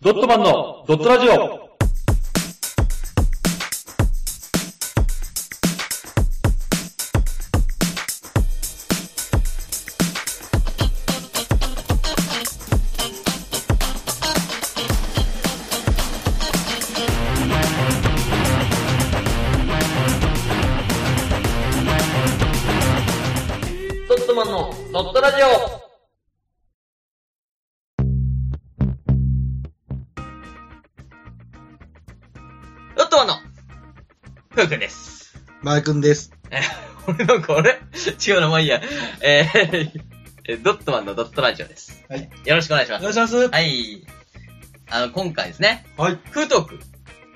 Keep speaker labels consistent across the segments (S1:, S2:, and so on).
S1: ドットマンのドットラジオ
S2: ドットマンのドットラジオドットマンのふうくんです。
S3: マイくんです。
S2: えー、俺なんかあれ違うな、まあいいや。えーえー、ドットマンのドットラジオです。
S3: はい。
S2: よろしくお願いします。
S3: いします。は
S2: はい。あの、今回ですね、
S3: い。
S2: フートーク、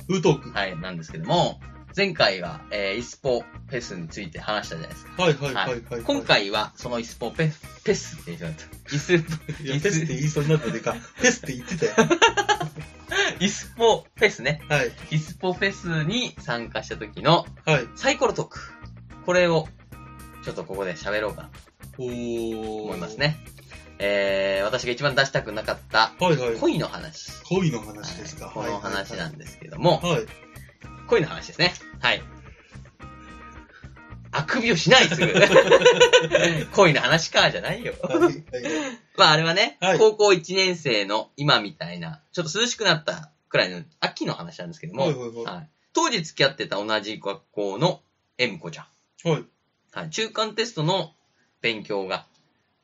S3: ウートーク。
S2: はい、なんですけども、前回は、えー、イスポフェスについて話したじゃないですか。
S3: はいはいはいはい。
S2: 今、回は、そのイスポペス、ペスって言っちゃった。イスポ、
S3: いや、フェスって言いそうになったでか。フェスって言ってたよ。
S2: イスポフェスね。
S3: はい。
S2: イスポフェスに参加した時の
S3: はい。
S2: サイコロトーク。これを、ちょっとここで喋ろうかなと
S3: おー。
S2: 思います。ね。えー、私が一番出したくなかった、
S3: はいはい。
S2: 恋の話。
S3: 恋の話ですか。
S2: はいこの話な
S3: で
S2: んですけども、
S3: はい。
S2: 恋の話ですね。はい。あくびをしないす ぐ。恋の話か、じゃないよ。
S3: はい。はい
S2: まああれはね、
S3: はい
S2: 高校1年生の今みたいな、ちょっと涼しくなったくらいの秋の話なんですけども、
S3: はいはいは
S2: はい当時付き合ってた同じ学校の M 子ちゃん、
S3: い。はい。
S2: はい、中間テストの勉強が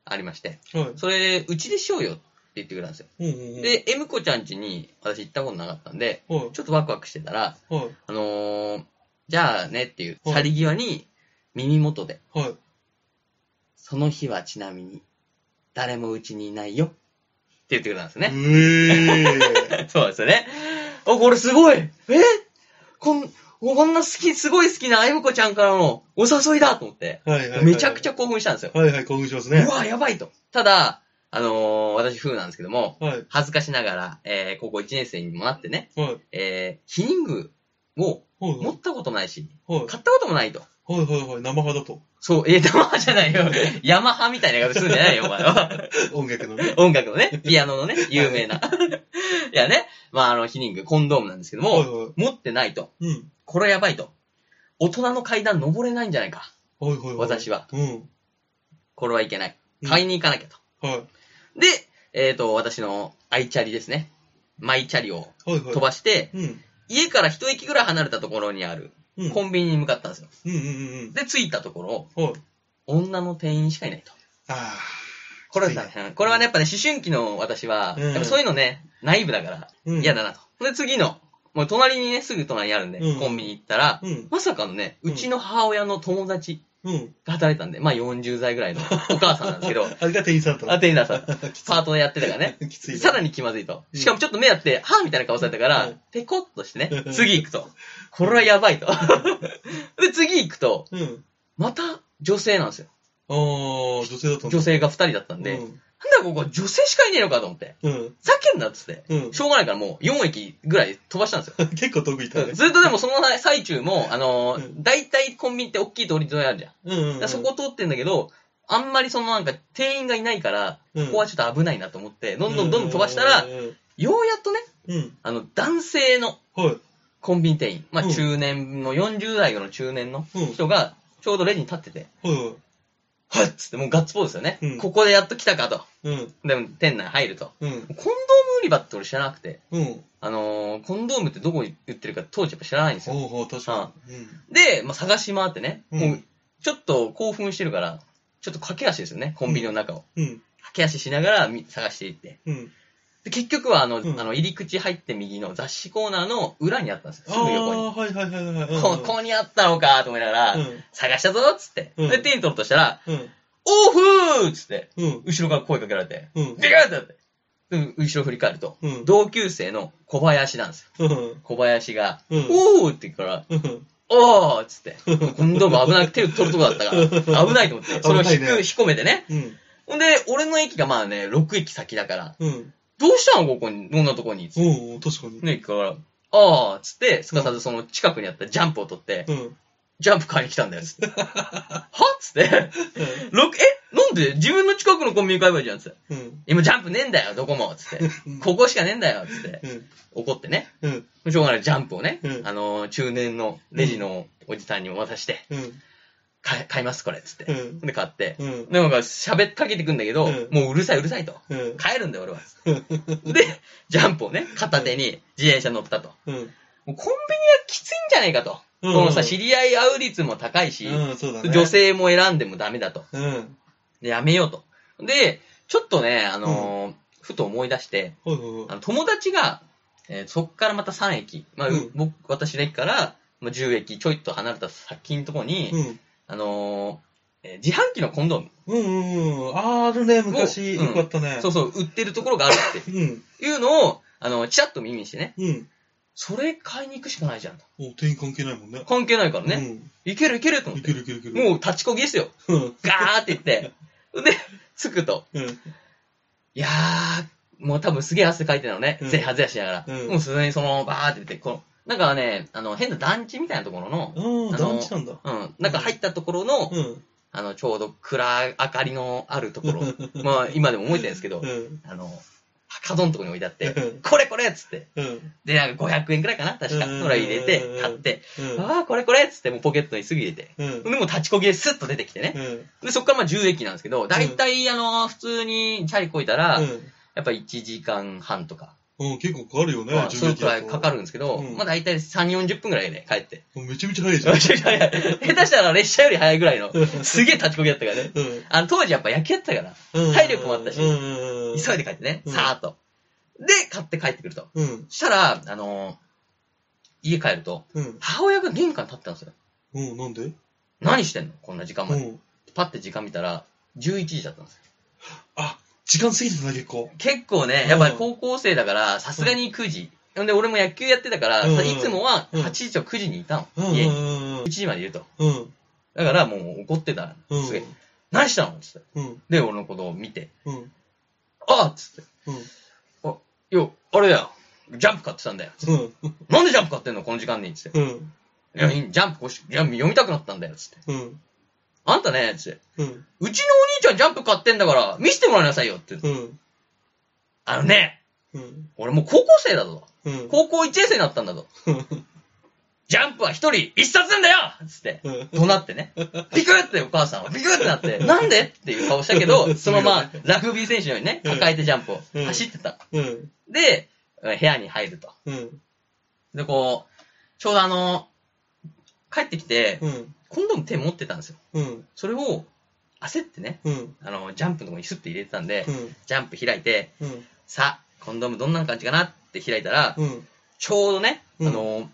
S2: ありまして、
S3: はい。
S2: それ、うちでしようよって言ってくれたんですよ。
S3: うんうんうん。
S2: で、M 子ちゃん家に私行ったことなかったんで、
S3: はい。
S2: ちょっとワクワクしてたら、
S3: はい。
S2: あのー、じゃあねっていう、
S3: はい
S2: 去り際に耳元で、
S3: はい。
S2: その日はちなみに、誰もうちにいないよって言ってくれたんですね。
S3: うえ ー。
S2: そうですよね。お、これすごいえこん、こんな好き、すごい好きなあゆむこちゃんからのお誘いだと思って、
S3: はいはい。
S2: めちゃくち
S3: ゃ。
S2: ゃ興奮したんですよ。
S3: はいはい、興奮しますね
S2: う。わ、やばいと。ただ、あのー私風なんですけども、
S3: はい。
S2: 恥ずかしながら、えー、高校1年生にもなってね、
S3: はい。
S2: えー、ヒニングを
S3: はい
S2: 持ったことないし、
S3: はい。
S2: 買ったこともないと。
S3: はいはいはい。生派だと。
S2: そう、えー、ヤマハじゃないよ。 ヤマハみたいな言い方するんじゃないよ、お前は。
S3: 音楽のね。
S2: 音楽のね、ピアノのね、有名な。 いやね、まあ、あの、ヒニング、コンドームなんですけど
S3: はい
S2: も、
S3: は
S2: 持ってないと。
S3: い。うん。
S2: これやばいと。大人の階段登れないんじゃないか。
S3: はいはいはい。
S2: 私は。
S3: うん。
S2: これはいけない
S3: うん。
S2: 買いに行かなきゃと。
S3: はい。
S2: で、えっ、と、私のアイチャリですね。マイチャリを
S3: はいはい。
S2: 飛ばして、
S3: うん。
S2: 家から一駅ぐらい離れたところにある
S3: うん。
S2: コンビニに向かったんですよ。
S3: うんうん
S2: で、着いたところ、
S3: うん。はい。
S2: 女の店員しかいないと。
S3: あ
S2: これは大変これはね、やっぱね、思春期の私は、
S3: うん
S2: やっぱそういうのね、内部だから
S3: あ。うん
S2: 嫌だなと。で、次の、もう隣にね、すぐ隣にあるんで、
S3: うん
S2: コンビニ行ったら、
S3: うん。
S2: まさかのね、うちの母親の友達
S3: うん。
S2: が働いてたんで、まあ40代ぐらいのお母さんなんですけど、
S3: あれが店員さんと。
S2: アテンダーさん、
S3: きつい
S2: パートでやってたからね。
S3: きついな。
S2: さらに気まずいと。しかもちょっと目あって、はぁみたいな顔されたか
S3: う
S2: ら
S3: ん、
S2: ペコッとして
S3: う
S2: ね、
S3: ん
S2: 次行くと。これはやば いと。で、次行くと、
S3: うん。
S2: また女性なんですよ。
S3: ああ、女性だったんだ
S2: 女性が二人だったんで、なんだここ女性しかいねえのかと思って、
S3: うん。うん。
S2: ざけんなっつって。
S3: うん
S2: し。ょうがないからもう4駅ぐらい飛ばしたんですよ。
S3: 結構遠くいたね。
S2: ずっとでもその最中も、あのー
S3: う
S2: 大体コンビニって大きい通り沿いあるじゃん。
S3: うんうん
S2: だ
S3: う
S2: か
S3: ん。
S2: らそこ通ってんだけど、あんまりそのなんか店員がいないから、
S3: うん、
S2: ここはちょっと危ないなと思って、どんどんどんどん飛ばしたら
S3: う、ん。
S2: ようやっとね、
S3: うん。
S2: あの、男性の
S3: はい。
S2: コンビニ店員、まあ
S3: うん
S2: 中年の、40代の中年の
S3: うん。
S2: 人が、ちょうどレジに立ってて、
S3: はい。
S2: はっつってもうガッツポーズですよね。
S3: うん
S2: ここでやっと来たかと。
S3: うん。
S2: でも店内入ると。
S3: うん。
S2: コンドーム売り場って俺知らなくて、
S3: うん。
S2: あのーコンドームってどこに売ってるか当時やっぱ知らないんですよ。
S3: ほうほう、確かに。うん。
S2: で、まあ、探し回ってね、
S3: うん
S2: もうちょっと興奮してるから、ちょっと駆け足ですよね、コンビニの中を。
S3: うん。
S2: 駆け足しながらみ探していって。
S3: うん。
S2: で結局はあの、
S3: うん
S2: あの入り口入って右の雑誌コーナーの裏にあったんですよ、
S3: あ
S2: すぐ横に。
S3: あ、はいはいはいはい。
S2: ここにあったのかと思いながら、
S3: うん。
S2: 探したぞっつって。
S3: うん
S2: で、手に取ろうとしたら、
S3: うん。
S2: オーフーっつって、
S3: うん。
S2: 後ろから声かけられて、
S3: うん。
S2: でかいってなって。で後ろ振り返ると、
S3: うん。
S2: 同級生の小林なんですよ。
S3: うん。
S2: 小林が、
S3: うん
S2: おーって言うから、
S3: うん。
S2: おーっつって、今度も危なく手を取るとこだったから、危ないと思っ て、それを引
S3: 危ない
S2: く、
S3: ね
S2: 引っ込めてね。
S3: うん。
S2: ほんで、俺の駅がまあね、6駅先だから、
S3: うん。
S2: どうしたのここに、こんなとこに。つって
S3: うん。確かに。
S2: ね、行くから、あーっつって、すかさずその近くにあったジャンプを取って、
S3: うん。
S2: ジャンプ買いに来たんだよ、 つって。はっつって。ろくえなんで自分の近くのコンビニ買えばいいじゃん、つって。
S3: うん。
S2: 今ジャンプねえんだよ、どこも、つって。ここしかねえんだよ、つって。
S3: うん。
S2: 怒ってね。
S3: うん。
S2: しょうがない、ジャンプをね、
S3: うん
S2: あのー、中年のレジのおじさんに渡して、
S3: うん。
S2: 買え買います、これ、つって。
S3: うん
S2: で、買って。
S3: うん。
S2: で、なんか喋っかけてくんだけど、
S3: うん
S2: もううるさい、うるさいと。
S3: うん。
S2: 帰るんだよ、俺は。で、ジャンプをね、片手に自転車乗ったと。
S3: うん。
S2: もうコンビニはきついんじゃないかと。
S3: うん
S2: このさ、知り合い合う率も高いし、
S3: うん、そうだね。
S2: 女。性も選んでもダメだと。
S3: うん。
S2: でやめようと。で、ちょっとね、あのーふと思い出して、
S3: ほいほいほい
S2: あ。の友達が、えーそっからまた3駅、まあ、
S3: うん
S2: 僕、私の駅から、まあ、10駅ちょいと離れた先のところに、
S3: うん。
S2: あのーえー自販機のコンドーム、
S3: うんうんうん。あーあるね、昔。
S2: うん
S3: よかったね。
S2: そうそう、売ってるところがあるっ
S3: うん。
S2: ていうのを、あの、チラッと耳にしてね、
S3: うん。
S2: それ買いに行くしかないじゃんと。
S3: お、店員関係ないもんね。
S2: 関係ないからね、
S3: ね。
S2: いけるいけると
S3: う
S2: 思
S3: ん。
S2: っ
S3: い
S2: て
S3: け。るいけるいける。
S2: もう立ちこぎですよ。
S3: うん。
S2: ガーって言って。で、着くと。
S3: うん。
S2: いやー、もう多分すげえ汗かいてるのね。
S3: うん
S2: ぜはぜやしながら。
S3: うん
S2: もうすでにその、バーって出て、この、なんかね、あの、変な団地みたいなところの、
S3: うん、
S2: あの
S3: 団地なんだ。
S2: うん、なんか入ったところの、
S3: うん。
S2: あの、ちょうど暗い明かりのあるところ。 まあ、今でも覚えてるんですけど
S3: う、ん。
S2: あの、角のところに置いてあって
S3: うん、
S2: これこれっつって。
S3: うん。
S2: で、なんか500円くらいかな確か。
S3: うん
S2: それ入れて、買って、
S3: うん。
S2: ああ、これこれっつって、もうポケットにすぐ入れて。
S3: うん
S2: で、。もう立ちこぎでスッと出てきてね。
S3: うん。
S2: で、そこからまあ10駅なんですけど、だいたいあの、普通にチャリこいたら、やっぱ1時間半とか、
S3: うん、結構かかるよね、
S2: まあ、
S3: 10
S2: その
S3: 駅
S2: くら
S3: だ
S2: い
S3: と
S2: かかるんですけど、
S3: うん
S2: まあだいたい3、40分くらいで帰って。
S3: もうめちゃめちゃ 早いじゃ
S2: 下
S3: ん
S2: 手。したら列車より早いぐらいの、すげえ立ちこぎだったからね。
S3: うん
S2: あの、当時やっぱ野球やってたから、
S3: うん
S2: 体力もあったし
S3: うんうんうん。
S2: 急いで帰ってね、
S3: うん
S2: さーっと。で、買って帰ってくると。
S3: うん。
S2: そしたら、あのー家帰ると、
S3: うん。
S2: 母親が玄関立ってたんですよ。
S3: うん、なんで
S2: 何してんのこんな時間
S3: う
S2: まで。
S3: ん。
S2: パッて時間見たら、11時だったんですよ。
S3: あ、時間過ぎてたな、結構。
S2: 結構ね、やっぱり高校生だから、さすがに9時。ほんで、俺も野球やってたから、
S3: うん
S2: さいつもは
S3: うん
S2: 8時とか9時にいた
S3: うん。
S2: の。
S3: うん
S2: 家に。
S3: うん
S2: 1時までいると。
S3: うん。
S2: だからもう怒ってた
S3: う
S2: の。
S3: ん。
S2: すげえ。何したのつって。
S3: うん。
S2: で、俺のことを見て。
S3: うん。
S2: あっつって。
S3: うん。
S2: よ、あれだよ。ジャンプ買ってたんだよ。
S3: うん。
S2: なんでジャンプ買ってんのこの時間に。つって。
S3: うん。
S2: いや、いいジャンプこうしいや読みたくなったんだよ。つって。
S3: うん。
S2: あんたね、つって。
S3: う
S2: う
S3: ん。
S2: ちのお兄ちゃんジャンプ買ってんだから、見せてもらいなさいよ。って。
S3: うん。
S2: あのね、
S3: うん。
S2: 俺もう高校生だぞ。
S3: うん。
S2: 高校1年生になったんだぞ。ジャンプは一人一冊なんだよつって。
S3: うん。
S2: 怒鳴ってね。ビクってお母さんはビクってなって、なんでっていう顔したけ ど、そのままラグビー選手のようにね、抱えてジャンプを
S3: うん
S2: 走ってた。
S3: うん。
S2: で、部屋に入ると。
S3: うん。
S2: で、こう、ちょうどあの、帰ってきて、
S3: うん。
S2: コンドーム手持ってたんですよ。
S3: うん。
S2: それを焦ってね、
S3: うん。
S2: あの、ジャンプのとこにスッて入れてたんで
S3: う、ん。
S2: ジャンプ開いて、
S3: うん。
S2: さあ、コンドームどんな感じかなって開いたら、
S3: うん。
S2: ちょうどね、あ
S3: うん
S2: の、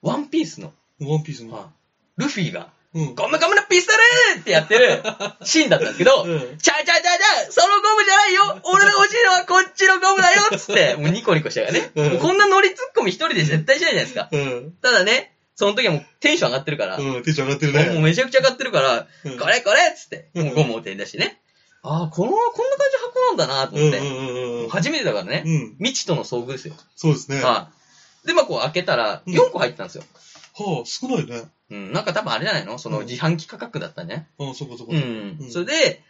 S2: ワンピースの、
S3: ワンピースの。
S2: ルフィが、
S3: うん。
S2: ゴムゴムのピストルってやってるシーンだったんですけど、
S3: うん
S2: ちゃうちゃうちゃうちゃうそのゴムじゃないよ俺の欲しいのはこっちのゴムだよつ って、もうニコニコしながらね。
S3: うん
S2: もうこんなノリツッコミ一人で絶対しないじゃないですか。
S3: うん。
S2: ただね、その時はもうテンション上がってるから、も
S3: うん。テンション上がってる
S2: うもう
S3: ね。
S2: めちゃくちゃ上がってるから、
S3: うん
S2: これこれっつって、
S3: うん
S2: もうゴムを手に出してね。ああ、この、こんな感じの箱なんだなと
S3: うん。
S2: 思っ
S3: うん
S2: て。
S3: うん
S2: も
S3: うん
S2: う。初めてだからね、
S3: うん。
S2: 未知との遭遇ですよ。
S3: そうですね。は
S2: はい。で、まあこう開けたら、
S3: うん
S2: 4個入ってたんですよ。
S3: あ、少ないね。
S2: うん、なんか多分あれじゃないのその自販機価格だったね。
S3: ああ、そこそこ。
S2: う
S3: うん。
S2: ん
S3: う。ん
S2: それで、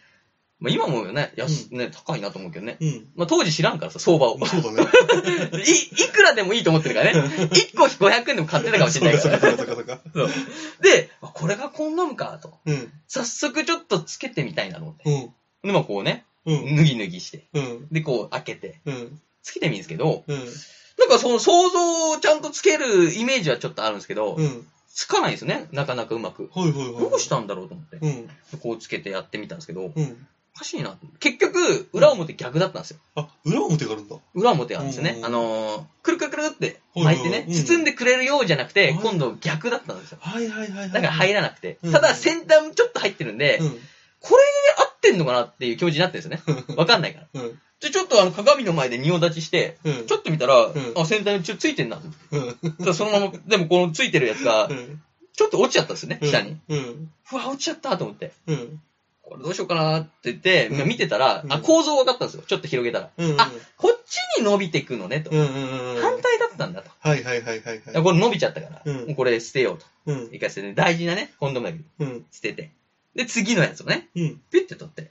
S2: まあ、今もね、安、ね、高いなと思うけどね。
S3: うん。
S2: まあ、当時知らんからさ、相場 を。
S3: そうだね。
S2: い、いくらでもいいと思ってるからね。1個500円でも買ってたかもしれないか
S3: そう
S2: ら。
S3: かそうかそうかそうか。
S2: そうで、あこれがコンドームか、と。
S3: うん。
S2: 早速ちょっとつけてみたいなと思って。
S3: うん。
S2: で、まあ、こうね、
S3: うん。
S2: 脱ぎ脱ぎして。
S3: うん。
S2: で、こう開けて。
S3: うん。
S2: つけてみるんですけど、
S3: うん。
S2: なんかその想像をちゃんとつけるイメージはちょっとあるんですけど
S3: う、ん。
S2: つかないですね。なかなかうまく。
S3: はいはいはい。
S2: どうしたんだろうと思って。
S3: うん。
S2: こうつけてやってみたんですけど、
S3: うん。
S2: おかしいなと思って。結局、裏表逆だったんですよ。
S3: あ、裏表があるんだ。
S2: 裏表なんですよね
S3: う。ん
S2: あのー、くるくるくるって巻いて
S3: はいは
S2: ね
S3: いは、いうん
S2: 包んでくれるようじゃなくて
S3: は、い
S2: 今度逆だったんですよ。
S3: はいはいはいはい。
S2: だから入らなくて
S3: う。ん
S2: ただ先端ちょっと入ってるんで、
S3: う
S2: これで
S3: ん。
S2: 合ってんのかなっていう気持ちになってるんですよね。わかんないから。
S3: うん。
S2: で、ちょっとあの鏡の前で仁王立ちして、
S3: うん。
S2: ちょっと見たら
S3: ん、
S2: あ、先端にちょっとついてんな。
S3: うん。
S2: ただそのまま、でもこのついてるやつが
S3: う、ん。
S2: ちょっと落ちちゃったんですよね、下に。
S3: うん。
S2: ふわ、落ちちゃったと思って。
S3: うん。
S2: これどうしようかなって言って、
S3: うん
S2: 見てたら、
S3: うん
S2: あ、構造分かったんですよ。ちょっと広げたら。
S3: うんうん。
S2: あこっちに伸びてくのね、と。
S3: うんうんうん。
S2: 反対だったんだと。
S3: はいはいはいはい
S2: いや
S3: はい。
S2: これ伸びちゃったから、
S3: うん
S2: もうこれ捨てようと。
S3: うん
S2: 一回捨てて、大事なね、コンドームだけど
S3: うん
S2: 捨てて。で、次のやつをね、
S3: うん
S2: ピュッて取って。で、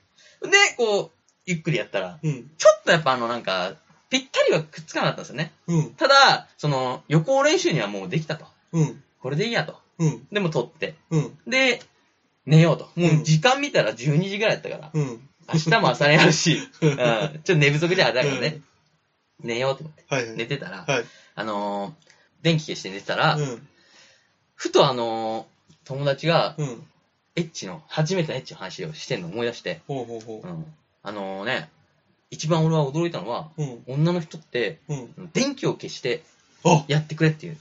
S2: こう、ゆっくりやったら、
S3: うん
S2: ちょっとやっぱあのなんか、ぴったりはくっつかなかったんですよね。
S3: うん
S2: ただ、その、予行練習にはもうできたと。
S3: うん
S2: これでいいやと。
S3: うん
S2: でもう取って。
S3: うん
S2: で、寝ようと。も
S3: う
S2: うん時間見たら12時ぐらいやったから、
S3: うん。
S2: 明日も朝練あるし、うん、ちょっと寝不足じゃあだからね、寝ようと思って。
S3: うん。はいはい。
S2: 寝てたら、
S3: はい
S2: あのー電気消して寝てたら、
S3: うん
S2: ふとあのー友達が、
S3: うん。
S2: エッチの、初めてのエッチの話をしてんのを思い出して、
S3: ほうほうほ
S2: うんあのね、一番俺は驚いたのは、
S3: う。うん
S2: 女の人って、
S3: うん。
S2: 電気を消して
S3: あ
S2: やってくれっていう。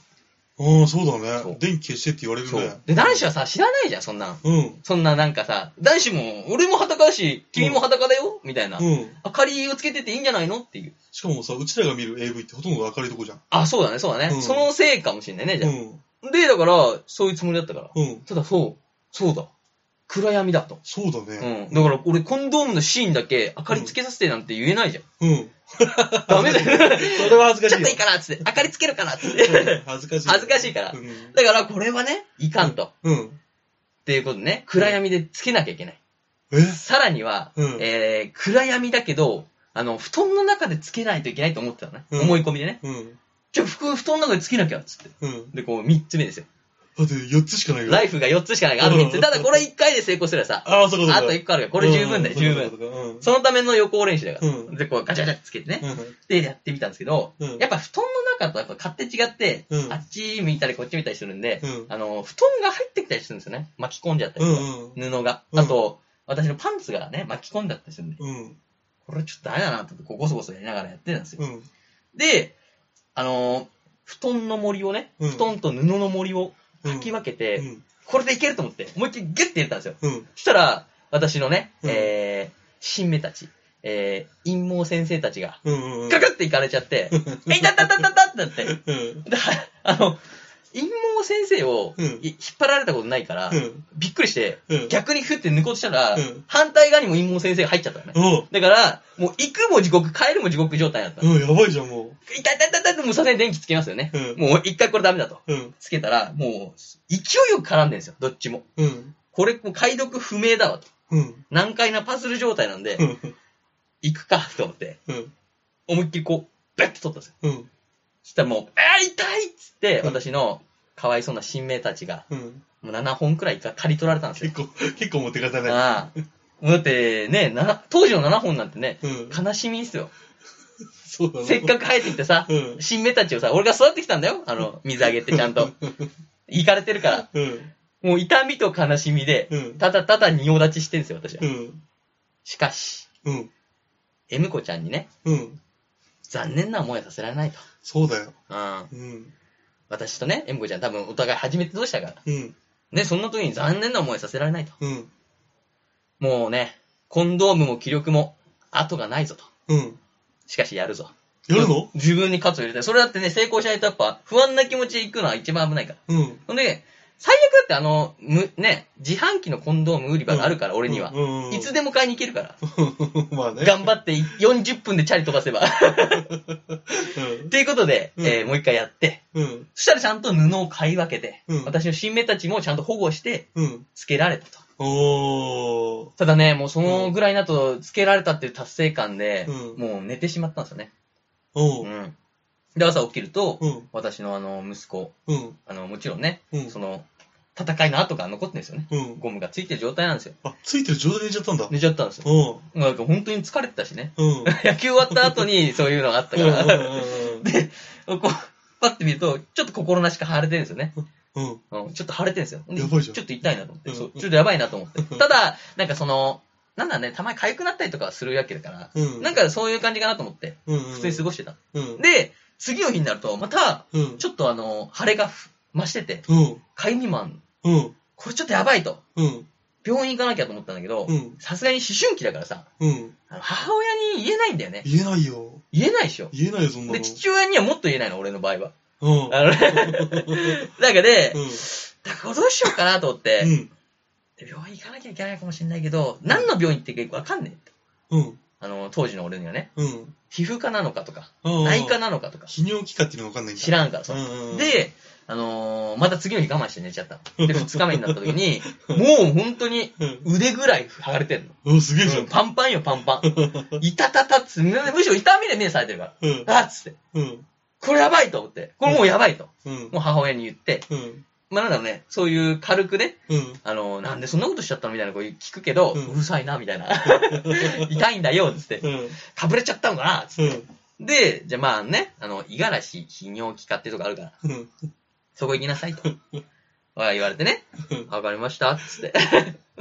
S3: うん、そうだ
S2: そう
S3: ね。電気消してって言われる
S2: そう
S3: ね。。
S2: で、男子はさ、知らないじゃん、そんなの。
S3: うん。
S2: そんななんかさ、男子も、俺も裸だし、君も裸だよ、みたいな。
S3: うん。
S2: 明かりをつけてていいんじゃないのっていう。
S3: しかもさ、うちらが見る AV ってほとんど明るいとこじゃん。
S2: あ、そうだね、そうだね。
S3: うん
S2: そのせいかもしんないね、じ
S3: う
S2: ゃ
S3: ん。
S2: あ。で、だから、そういうつもりだったから。
S3: うん。
S2: ただ、そう、そうだ。暗闇だと。
S3: そうだ
S2: う
S3: ね。
S2: ん。だから、俺、コンドームのシーンだけ、明かりつけさせてなんて言えないじゃん。
S3: うん。
S2: ダメだよ。
S3: それは恥ず
S2: ちょ
S3: かし
S2: っとい
S3: い
S2: い
S3: よ。
S2: かなっつって、明かりつけるかなっつって。
S3: 恥ずかしい。
S2: 恥ずかしいから
S3: うん。
S2: だから、これはね、いかんと。っ
S3: うん。
S2: ていうことね、暗闇でつけなきゃいけない。
S3: え
S2: さらには、
S3: うん
S2: えー、暗闇だけど、あの、布団の中でつけないといけないと思ってたのね。
S3: うん
S2: 思い込みでね。
S3: うん。
S2: じゃあ、服、布団の中でつけなきゃっつって。
S3: うん。
S2: で、こう、3つ目ですよ。
S3: だって4つしかないよ。
S2: ライフが4つしかないから、あと3
S3: う
S2: つ。
S3: ん
S2: ただ、これ1回で成功すればさ、
S3: ああ、そうかそうか。
S2: あと1個あるから、これ十分だよ、
S3: うん
S2: 十。
S3: そ
S2: 分。
S3: うかそうか
S2: そのための予行練習だから。
S3: うん
S2: で、こう、ガチャガチャつけてね。
S3: うん
S2: で、やってみたんですけど、
S3: うん。うん
S2: やっぱ布団の中とやっぱ勝手違って、
S3: うん
S2: あっち向いたりこっち向いたりするんで、
S3: うん
S2: あの、布団が入ってきたりするんですよね。巻き込んじゃったりと
S3: うん
S2: か、
S3: うん。
S2: 布が。
S3: うん
S2: あと、私のパンツがね、巻き込んじゃったりするんで、
S3: うん。
S2: これちょっとダメだなと思って、こうゴソゴソやりながらやってたんですよ。
S3: うん。
S2: で、あのー布団の森をね、
S3: うん
S2: 布団と布の森を
S3: うん。
S2: かき分けて、
S3: うん。
S2: これでいけると思って、思いっきりギュッて入れたんですよ。
S3: うん。
S2: そしたら、私のね、
S3: うん
S2: えー、新芽たち、えー、陰謀先生たちが、
S3: うんうんうん。
S2: ガクっていかれちゃっ て、えいたたたたたってなって、
S3: うん。
S2: だあの、陰謀先生を
S3: うん
S2: い引っ張られたことないから、
S3: うん。
S2: びっくりして、
S3: うん。
S2: 逆にふって抜こうとしたら、
S3: うん
S2: 反対側にも陰謀先生が入っちゃったのね。
S3: おう
S2: だから、もう行くも地獄、帰るも地獄状態だったの。
S3: うん、やばいじゃん、も
S2: いたいたいたいたって、もうさすがに電気つけますよね。
S3: う。うん。
S2: もう一回これダメだと。
S3: うん。
S2: つけたら、もう、勢いよく絡んでるんですよ、どっちも。
S3: うん。
S2: これ、もう解読不明だわと。
S3: うん。
S2: 難解なパズル状態なんで
S3: う、ん。
S2: 行くかと思って、
S3: うん。
S2: 思いっきりこう、ベッて取ったんですよ。
S3: うん。
S2: そしたらもう、あー痛いっつって、
S3: うん
S2: 私のかわいそうな新名たちが、
S3: うん。
S2: もう7本くらいか刈り取られたんですよ
S3: 結。構、結構持ってかさない。
S2: あ あ。もうだってね、な当時の7本なんてね、
S3: うん。
S2: 悲しみですよ。
S3: そうだね。
S2: せっかく生えてきてさ、
S3: うん。
S2: 新芽たちをさ、俺が育ってきたんだよ。あの、水あげってちゃんと。いかれてるから。
S3: うん。
S2: もう痛みと悲しみで、
S3: うん。
S2: ただただ仁王立ちしてるんですよ、私は
S3: う。ん。
S2: しかし、
S3: うん。
S2: エムコちゃんにね、
S3: うん。
S2: 残念な思いはさせられないと。
S3: そうだよ。
S2: うん。
S3: うん。
S2: 私とね、エムコちゃん多分お互い初めてどうしたから。
S3: うん。
S2: ね、そんな時に残念な思いはさせられないと。
S3: うん。
S2: もうね、コンドームも気力も後がないぞと。
S3: うん。
S2: しかしやるぞ。
S3: やるの
S2: 自分に喝を入れたい。それだってね、成功しないとやっぱ不安な気持ちで行くのは一番危ないから。
S3: うん。
S2: ほんで、最悪だってあの、む、ね、自販機のコンドーム売り場があるから、俺には。
S3: うん。
S2: いつでも買いに行けるから。
S3: まあね。
S2: 頑張って40分でチャリ飛ば せば。ということで、
S3: うん
S2: えーもう一回やって、
S3: うん。うん。
S2: そしたらちゃんと布を買い分けて、
S3: うん
S2: 私の新芽たちもちゃんと保護して、
S3: うん。
S2: つけられたと。
S3: おー。
S2: ただね、もうそのぐらいだと、つけられたっていう達成感で、
S3: うん
S2: もう寝てしまったんですよね。
S3: お
S2: う
S3: ー。
S2: ん。で、朝起きると、
S3: うん。
S2: 私のあの、息子、
S3: うん。
S2: あの、もちろんね、
S3: うん
S2: そ。の、戦いの跡が残ってるんですよね。
S3: うん。
S2: ゴムがついてる状態なんですよ。
S3: あ、ついてる状態で寝ちゃったんだ。
S2: 寝ちゃったんですよ。
S3: うん。
S2: なんか本当に疲れてたしね。
S3: うん。
S2: 野球終わった後にそういうのがあったから。で、こう、パッて見ると、ちょっと心なしか腫れてるんですよね。
S3: うん。
S2: うん、ちょっと腫れてるんですよ。で
S3: やばいじゃん
S2: ちょっと痛いなと思って、
S3: うん
S2: そうちょっとやばいなと思って。ただ、なんかその、なんだね、たまに痒くなったりとかはするわけだから、
S3: うん。
S2: なん、かそういう感じかなと思って、
S3: うん。
S2: 普通に過ごしてた。
S3: うん。
S2: で、次の日になると、また、
S3: うん。
S2: ちょっとあの、腫れがふ増してて、
S3: うん。
S2: かゆみもあんの
S3: うん。
S2: これちょっとやばいと。
S3: うん。
S2: 病院行かなきゃと思ったんだけど
S3: う、ん。
S2: さすがに思春期だからさ、
S3: うん。
S2: あの母親に言えないんだよね。
S3: 言えないよ。
S2: 言えないでしょ。
S3: 言えないよ、そんな
S2: で、
S3: の。
S2: 父親にはもっと言えないの、俺の場 合は。
S3: うん。
S2: あのね、なんかで、
S3: うん。
S2: だからどうしようかなと思って、
S3: うん。
S2: で病院行かなきゃいけないかもしれないけど、何の病院って結構わかんねえ。
S3: うん。
S2: あの、当時の俺にはね、
S3: うん。
S2: 皮膚科なのかとか、
S3: うん
S2: 内科なのかとか、
S3: 泌尿器科っていうのわかんないんだ。
S2: 知らんから、そううん
S3: うん、、
S2: で、あのーまた次の日我慢して寝ちゃった の。で、二日目になった時に、もう本当に
S3: うん。
S2: 腕ぐらい剥がれてんの。
S3: おすげえじゃん。
S2: パンパンよ、パンパ ン。いたたたっつって、むむしろ痛みで目されてるか
S3: うん。
S2: ら。あっつって、
S3: うん。
S2: これやばいと思って、これもうやばいと。
S3: うん。
S2: もう母親に言って、
S3: うん。
S2: まあなんだろうね、そういう軽くね、
S3: うん。
S2: あのーなんでそんなことしちゃったのみたいなこう聞くけど、
S3: うん
S2: うるさいな、みたいな。 痛いんだよ、つって。
S3: うん。
S2: かぶれちゃったのかな、つって。
S3: うん。
S2: で、じゃあまあね、あの、五十嵐泌尿器科ってとこあるから、
S3: うん。
S2: そこ行きなさい と。あ言われてね、わかりました、つって。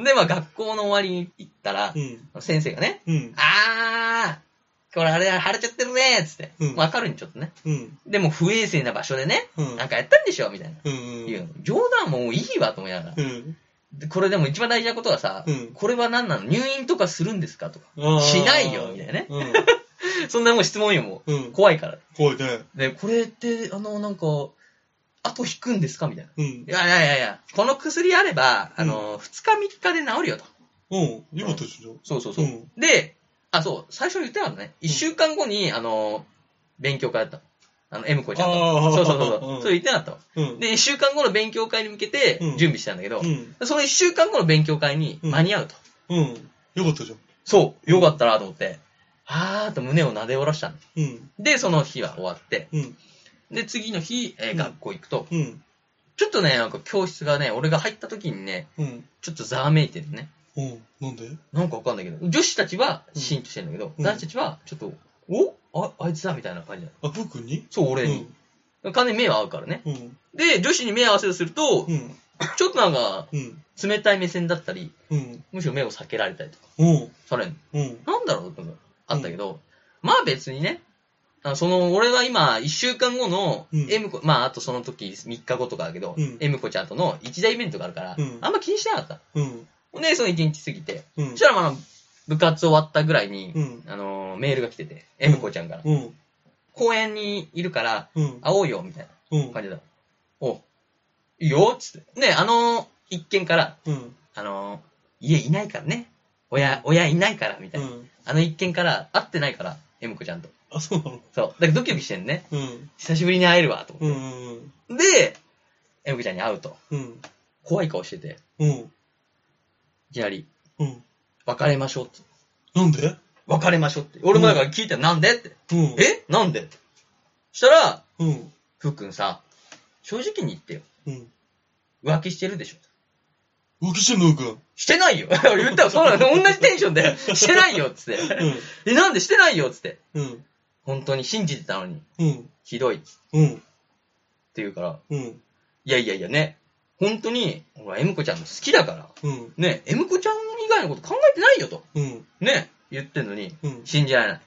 S2: で、まあ学校の終わりに行ったら
S3: う、ん。
S2: 先生がね、
S3: うん。
S2: あー、これあれ腫れちゃってるね、つって。
S3: うん
S2: まあ明るいにちょっとね。
S3: うん。
S2: でも不衛生な場所でね、
S3: うん。
S2: なんかやったんでしょ、みたいな。
S3: うん。
S2: いうの冗談ももういいわと思いながら。
S3: うん。
S2: でこれでも一番大事なことはさ、
S3: うん
S2: これは何なの入院とかするんですかとか。
S3: あー
S2: しないよみたいなね。そんなもう質問よ、も
S3: うん。う
S2: う。
S3: ん。
S2: 怖いから。
S3: 怖いね。
S2: で、これって、あの、なんか、後引くんですかみたいな。
S3: うん
S2: い。やいやいやいや、この薬あれば、
S3: うん
S2: あの、2日3日で治るよと。
S3: うん。よかったでしょ。
S2: そうそう
S3: う
S2: そう。
S3: ん。
S2: で、あ、そう、最初に言ってたのね。1週間後に、あの、勉強会だったの。あの、M 子ちゃんと。
S3: ああ。
S2: そうそうそうそう。それ言ってなかっ
S3: うん。う
S2: た
S3: ん。
S2: の。で、1週間後の勉強会に向けて
S3: うん
S2: 準備したんだけど、
S3: うん。
S2: その1週間後の勉強会に間に合うと。
S3: うん。よかったじゃん。
S2: そう、よかったなと思って、あーっと胸を撫で下ろしたの。
S3: うん。
S2: で、その日は終わって、
S3: うん。
S2: で、次の日、えー
S3: うん
S2: 学校行くと、
S3: うん。
S2: ちょっとね、なんか教室がね、俺が入った時にね、
S3: うん。
S2: ちょっとざわめいてるね。
S3: うん。なんで
S2: なんかわかんないけど、女子たちはシーンとしてるんだけど、
S3: うん
S2: 男子たちはちょっと、おああいつだみたいな感じだ。
S3: あ、ふうくんに
S2: そう、俺に。完全に目は合うからね。
S3: うん。うん。
S2: で、女子に目合わせをすると
S3: う、ん。
S2: ちょっとなんか、
S3: うん。
S2: 冷たい目線だったり、
S3: うん。
S2: むしろ目を避けられたりとか、
S3: うん。
S2: されんの
S3: うん。
S2: なんだろうってのがあったけど、まあ別にね、あその、俺が今、一週間後の
S3: うん、
S2: M 子、まああとその時、3日後とかだけど、
S3: うん
S2: M 子ちゃんとの一大イベントがあるから、
S3: うん
S2: あんま気にしてなかった。
S3: うん。
S2: で、その1日過ぎて、
S3: う
S2: そ
S3: ん
S2: し。たらまあ、部活終わったぐらいに、
S3: うん。
S2: あのーメールが来てて、M 子ちゃんから、
S3: うん。
S2: 公園にいるから、
S3: うん。
S2: 会おうよ、みたい
S3: うん
S2: な。感じだ。おいいよ、っつって。ね、あのー一見から、
S3: うん。
S2: あのー家いないからね。親、親いないから、みた
S3: う
S2: いな。
S3: ん。
S2: あの一見から、会ってないから、M 子ちゃんと。
S3: あ、そうなの
S2: そう。だからドキドキしてんね。
S3: うん。
S2: 久しぶりに会えるわ、と
S3: う
S2: 思って。
S3: ん。
S2: で、M 子ちゃんに会うと。
S3: うん。
S2: 怖い顔してて、
S3: うん。
S2: いきなり、
S3: うん。
S2: 別れましょうって。
S3: なんで
S2: 別れましょうって。俺もだから聞いたら、なんでって。
S3: うん。
S2: えなんでしたら、
S3: うん。
S2: ふうくんさ、正直に言ってよ。
S3: うん。
S2: 浮気してるでしょ。
S3: 浮気してんの、ふう
S2: してないよ 言ったらそうなの。同じテンションで、してないよっつって。
S3: くん。
S2: え、なんでしてないよっつって。
S3: うん。
S2: 本当に信じてたのに、
S3: うん。
S2: ひどいっつって
S3: うん。
S2: 言うから、
S3: うん。
S2: いやいやいやね、本当に、ほら、エムコちゃんの好きだから、
S3: うん。
S2: ね、エムコちゃん以外のこと考えてないよと、
S3: うん。
S2: ね、言ってんのに、
S3: うん。
S2: 信じられない。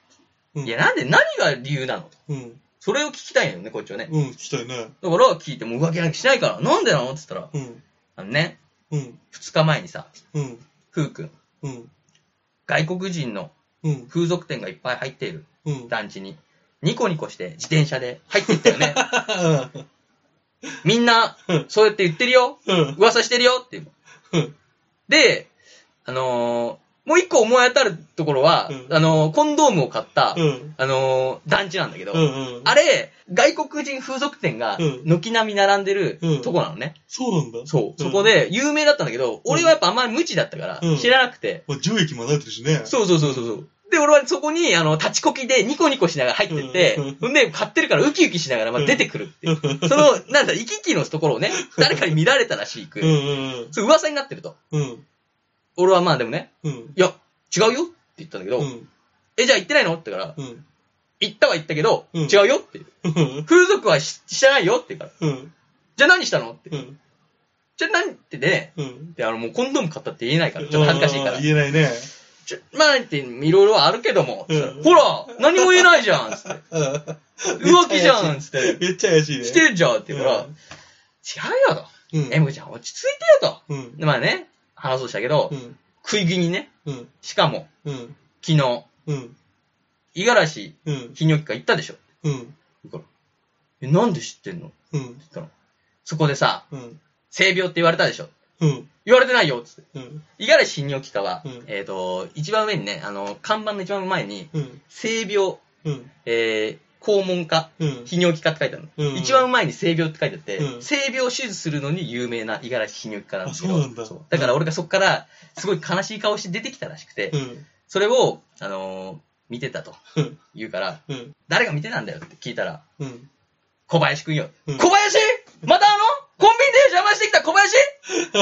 S3: うん。
S2: いや、なんで、何が理由なの
S3: うん。
S2: それを聞きたいよね、こっちはね。
S3: うん。したいね。
S2: だから聞いても浮気なんかしないから、なんでなのっつったら、
S3: うん。
S2: あのね、
S3: うん。
S2: 二日前にさ、
S3: うん。
S2: ふうくん、
S3: うん。
S2: 外国人の
S3: うん。
S2: 風俗店がいっぱい入っている
S3: うん。
S2: 団地に、ニコニコして自転車で入っていったよ ね。
S3: うん。
S2: みんな、そうやって言ってるよ。
S3: うん。
S2: 噂してるよっていうの。で、あのーもう一個思い当たるところは、
S3: うん
S2: あのーコンドームを買った、
S3: うん。
S2: あのー団地なんだけど、
S3: うん。
S2: あれ、外国人風俗店が
S3: うん
S2: 軒並み並んでる
S3: うん
S2: とこなのね。
S3: そうなんだ。
S2: そう。そこで有名だったんだけど、俺はやっぱあんまり無知だったから
S3: うん、
S2: 知らなくて、
S3: まあ、10駅も離れてるしね。
S2: そうそうそうそうそう。で、俺はそこに、あの、立ちこきでニコニコしながら入ってって
S3: うん、
S2: ほんで、買ってるからウキウキしながら、まあ、
S3: うん
S2: 出てくるっていう。その、なんだ、行き来のところをね、誰かに見られたらし
S3: うん
S2: く、
S3: うん
S2: そう噂になってると。
S3: うん。
S2: 俺はまあでもね、
S3: うん。
S2: いや、違うよって言ったんだけ
S3: う
S2: ど、
S3: ん。
S2: え、じゃあ行ってないのって言うから、
S3: うん。
S2: 行ったは行ったけど、
S3: うん
S2: 違うよっていう。
S3: うん。
S2: 風俗はししてないよって言うから、
S3: うん。
S2: じゃあ何したのって。
S3: うん。
S2: じゃあ何ってね、
S3: うん。
S2: で、あの、もうコンドーム買ったって言えないから、ちょっと恥ずかしいから。
S3: 言えないね。
S2: ちょまあ、って、いろいろあるけども、
S3: うん
S2: ほら、何も言えないじゃんつって。浮気じゃんつって。
S3: めっちゃ怪しいね。
S2: してるじゃんって言うから、違
S3: うん
S2: うよ
S3: うん
S2: と。。M ちゃん落ち着いてよ
S3: うん
S2: と。。でまあね、話そうとしたけど、
S3: うん。
S2: 食い気にね、
S3: うん。
S2: しかも、
S3: うん。
S2: 昨日、
S3: うん。
S2: 五十嵐
S3: うん。
S2: 泌尿器科行ったでしょ。
S3: うん。
S2: だからえ、なんで知ってんのって
S3: うん。
S2: 言ったら、そこでさ、
S3: うん。
S2: 性病って言われたでしょ。
S3: うん。
S2: 言われてないよっつって。
S3: うん。
S2: 五十嵐泌尿器科は、
S3: うん
S2: えっ、と、一番上にね、あの、看板の一番前に、
S3: うん。
S2: 性病、
S3: うん。
S2: えー、肛門科、
S3: うん。
S2: 泌尿器科って書いてあるの。
S3: うん
S2: 一番前に性病って書いてあって、
S3: うん
S2: 性病を手術するのに有名な五十嵐泌尿器科なんですけど、
S3: あそうなんだ
S2: から俺がそこから、すごい悲しい顔して出てきたらしくて、
S3: うん。
S2: それを、あのー見てたと
S3: うん。
S2: 言うから、
S3: うん。
S2: 誰が見てたんだよって聞いたら、
S3: うん。
S2: 小林くんよ。
S3: うん
S2: 小林またあのコンビニで邪魔してきた小 林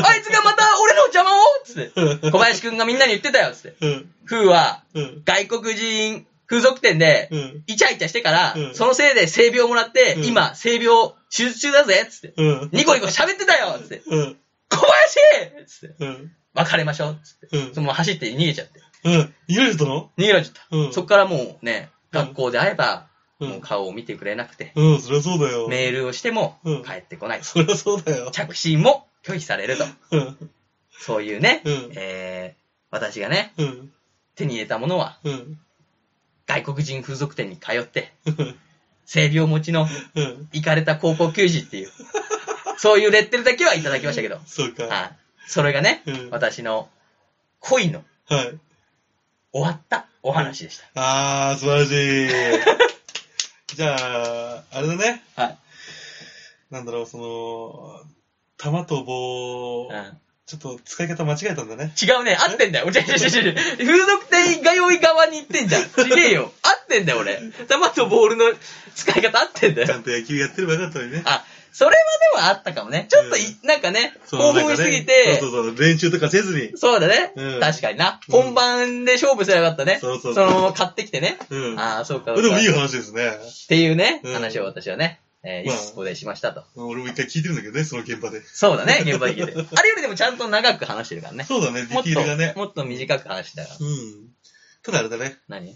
S2: あいつがまた俺の邪魔をつって。小林くんがみんなに言ってたよつって。
S3: うん。
S2: フーは
S3: うん。
S2: 外国人風俗店で
S3: うん。
S2: イチャイチャしてから、
S3: うん
S2: そのせいで性病もらって、
S3: うん
S2: 今性病手術中だぜつって。
S3: うん。
S2: ニコニコ喋ってたよつって。
S3: うん。
S2: 小林つって。
S3: うん。
S2: 別れましょうつって。
S3: うん
S2: そ。のまま走って逃げちゃって。
S3: うん。言われたの
S2: 逃げられちゃった。
S3: うん。
S2: そっからもうね、
S3: うん
S2: 学校で会えば、
S3: うん
S2: もう顔を見てくれなくて、
S3: うん、そりゃそうだよ。
S2: メールをしても
S3: うん
S2: 帰ってこない。
S3: そりゃそう だよ。
S2: 着信も拒否されると。
S3: うん。
S2: そういうね、
S3: うん
S2: えー、私がね、
S3: うん。
S2: 手に入れたものは、
S3: うん。
S2: 外国人風俗店に通って、
S3: うん。
S2: 性病持ちの
S3: うん。
S2: イかれた高校球児っていう、そういうレッテルだけはいただきましたけど、
S3: そうか。
S2: はい。それがね、
S3: うん
S2: 私の恋の
S3: はい。
S2: 終わったお話でし
S3: あー、素晴らしい。 じゃあ、あれだね。
S2: た。はい。
S3: なんだろう、その、弾と棒、
S2: うん
S3: ちょっと使い方間違えたんだね。
S2: 違うね、合ってんだよ。違う違う違う違う。風俗店が良い側に行ってんじゃん。ちげえよ。合ってんだよ、俺。玉とボールの使い方合ってんだ
S3: ちゃん
S2: よ。
S3: と野球やってればよかったのにね。
S2: あ、それはでもあったかもね。ちょっとい、なんかね、
S3: そ
S2: 興
S3: のなんか
S2: 奮
S3: ね
S2: しすぎて、
S3: そうそうそう、練習とかせずに。
S2: そうだね、
S3: うん
S2: 確かにな。
S3: うん
S2: 本番で勝負すればよかったね。
S3: そうそう
S2: そのまま買ってきてね。
S3: うん。
S2: ああ、そうか。
S3: でもいい
S2: よ。
S3: 話ですね。
S2: っていうね、
S3: うん
S2: 話を私はね、えー、
S3: まあ
S2: 一個でしましたと。
S3: 俺も一回聞いてるんだけどね、その現場で。
S2: そうだ ね、現場で聞いて。あれよりでもちゃんと長く話してるからね。
S3: そうだね、デ
S2: も
S3: ィ
S2: っ
S3: ティールがね
S2: と、。もっと短く話したから。
S3: うん。ただあれだね。
S2: 何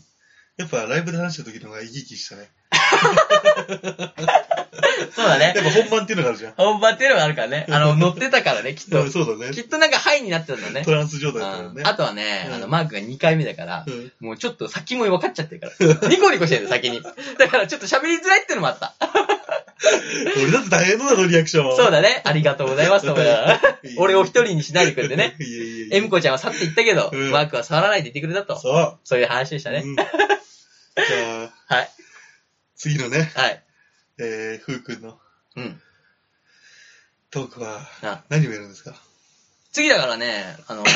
S3: やっぱライブで話した時の方が生き生きしたね。
S2: そうだ
S3: やっ
S2: ね。
S3: ぱ本番っていうのがあるじゃん。
S2: 本番っていうのがあるからね。あの、乗ってたからね、きっと
S3: うん。そうだね
S2: き。っとなんかハイになってたんだね
S3: ト。ランス状
S2: う
S3: 態だから
S2: ん
S3: ね。
S2: あとはね、
S3: うん
S2: あの、マークが2回目だから
S3: う、ん
S2: もうちょっと先も分かっちゃってるから。ニコニコしてる、先に。だからちょっと喋りづらいってのもあった。
S3: 俺だって大変だぞ、リアクション。
S2: そうだね。ありがとうございますと思いながら
S3: いいね
S2: 俺を一人にしないでくれてね。。
S3: いやいやいや。
S2: エムコちゃんは去っていったけど、
S3: うん
S2: マークは触らないでいてくれたと。
S3: そう。
S2: そういう話でしたね。
S3: うんじゃあ、
S2: はい。
S3: 次のね、
S2: はい。
S3: えー、ふうくんの
S2: うん。
S3: トークは
S2: あ
S3: 何をやるんですか
S2: 次だからね、あのー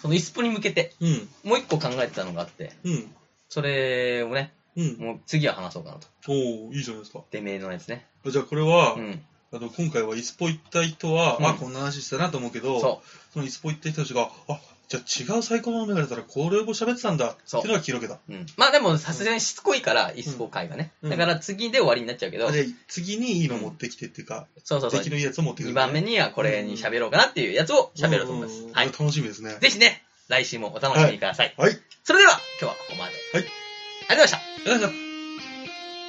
S2: そのイスポに向けて、
S3: うん、
S2: もう一個考えてたのがあって、
S3: うん、
S2: それをね、
S3: うん。
S2: もう次は話そうかなと。
S3: おおいいじゃないですか。
S2: で、メールのやつね。
S3: じゃあこれは、
S2: うん。
S3: あの今回はイスポ行った人は、
S2: うん
S3: あ、こんな話したなと思うけど、
S2: そ
S3: そのイスポ行った人たちが、あ、じゃあ違う最高のメガネだったらこれを喋ってたんだって
S2: そう
S3: いうのが聞けるわけだ。
S2: う。うん。まあでも、さすがにしつこいから、イスポ会がね。
S3: うん
S2: だから次で終わりになっちゃうけど、
S3: あじゃあ次にいいの持ってきてっていうか、
S2: そうそうそう
S3: 敵。のいいやつを持ってく
S2: 2
S3: る、
S2: 番目にはこれに喋ろうかなっていうやつを喋ろうと思いま
S3: ん
S2: す
S3: ん。
S2: はい。
S3: 楽しみですね。
S2: ぜひね、来週もお楽しみください。
S3: はい。
S2: それでは、今日はここまで。
S3: はい。
S2: ありがとうございました。
S3: よいしょ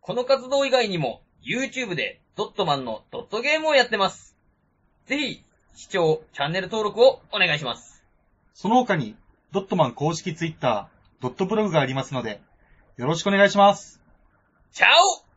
S2: この活動以外にも、YouTube でドットマンのドットゲームをやってます。ぜひ、視聴、チャンネル登録をお願いします。
S4: その他に、ドットマン公式ツイッター、ドットブログがありますので、よろしくお願いします。
S2: チャオ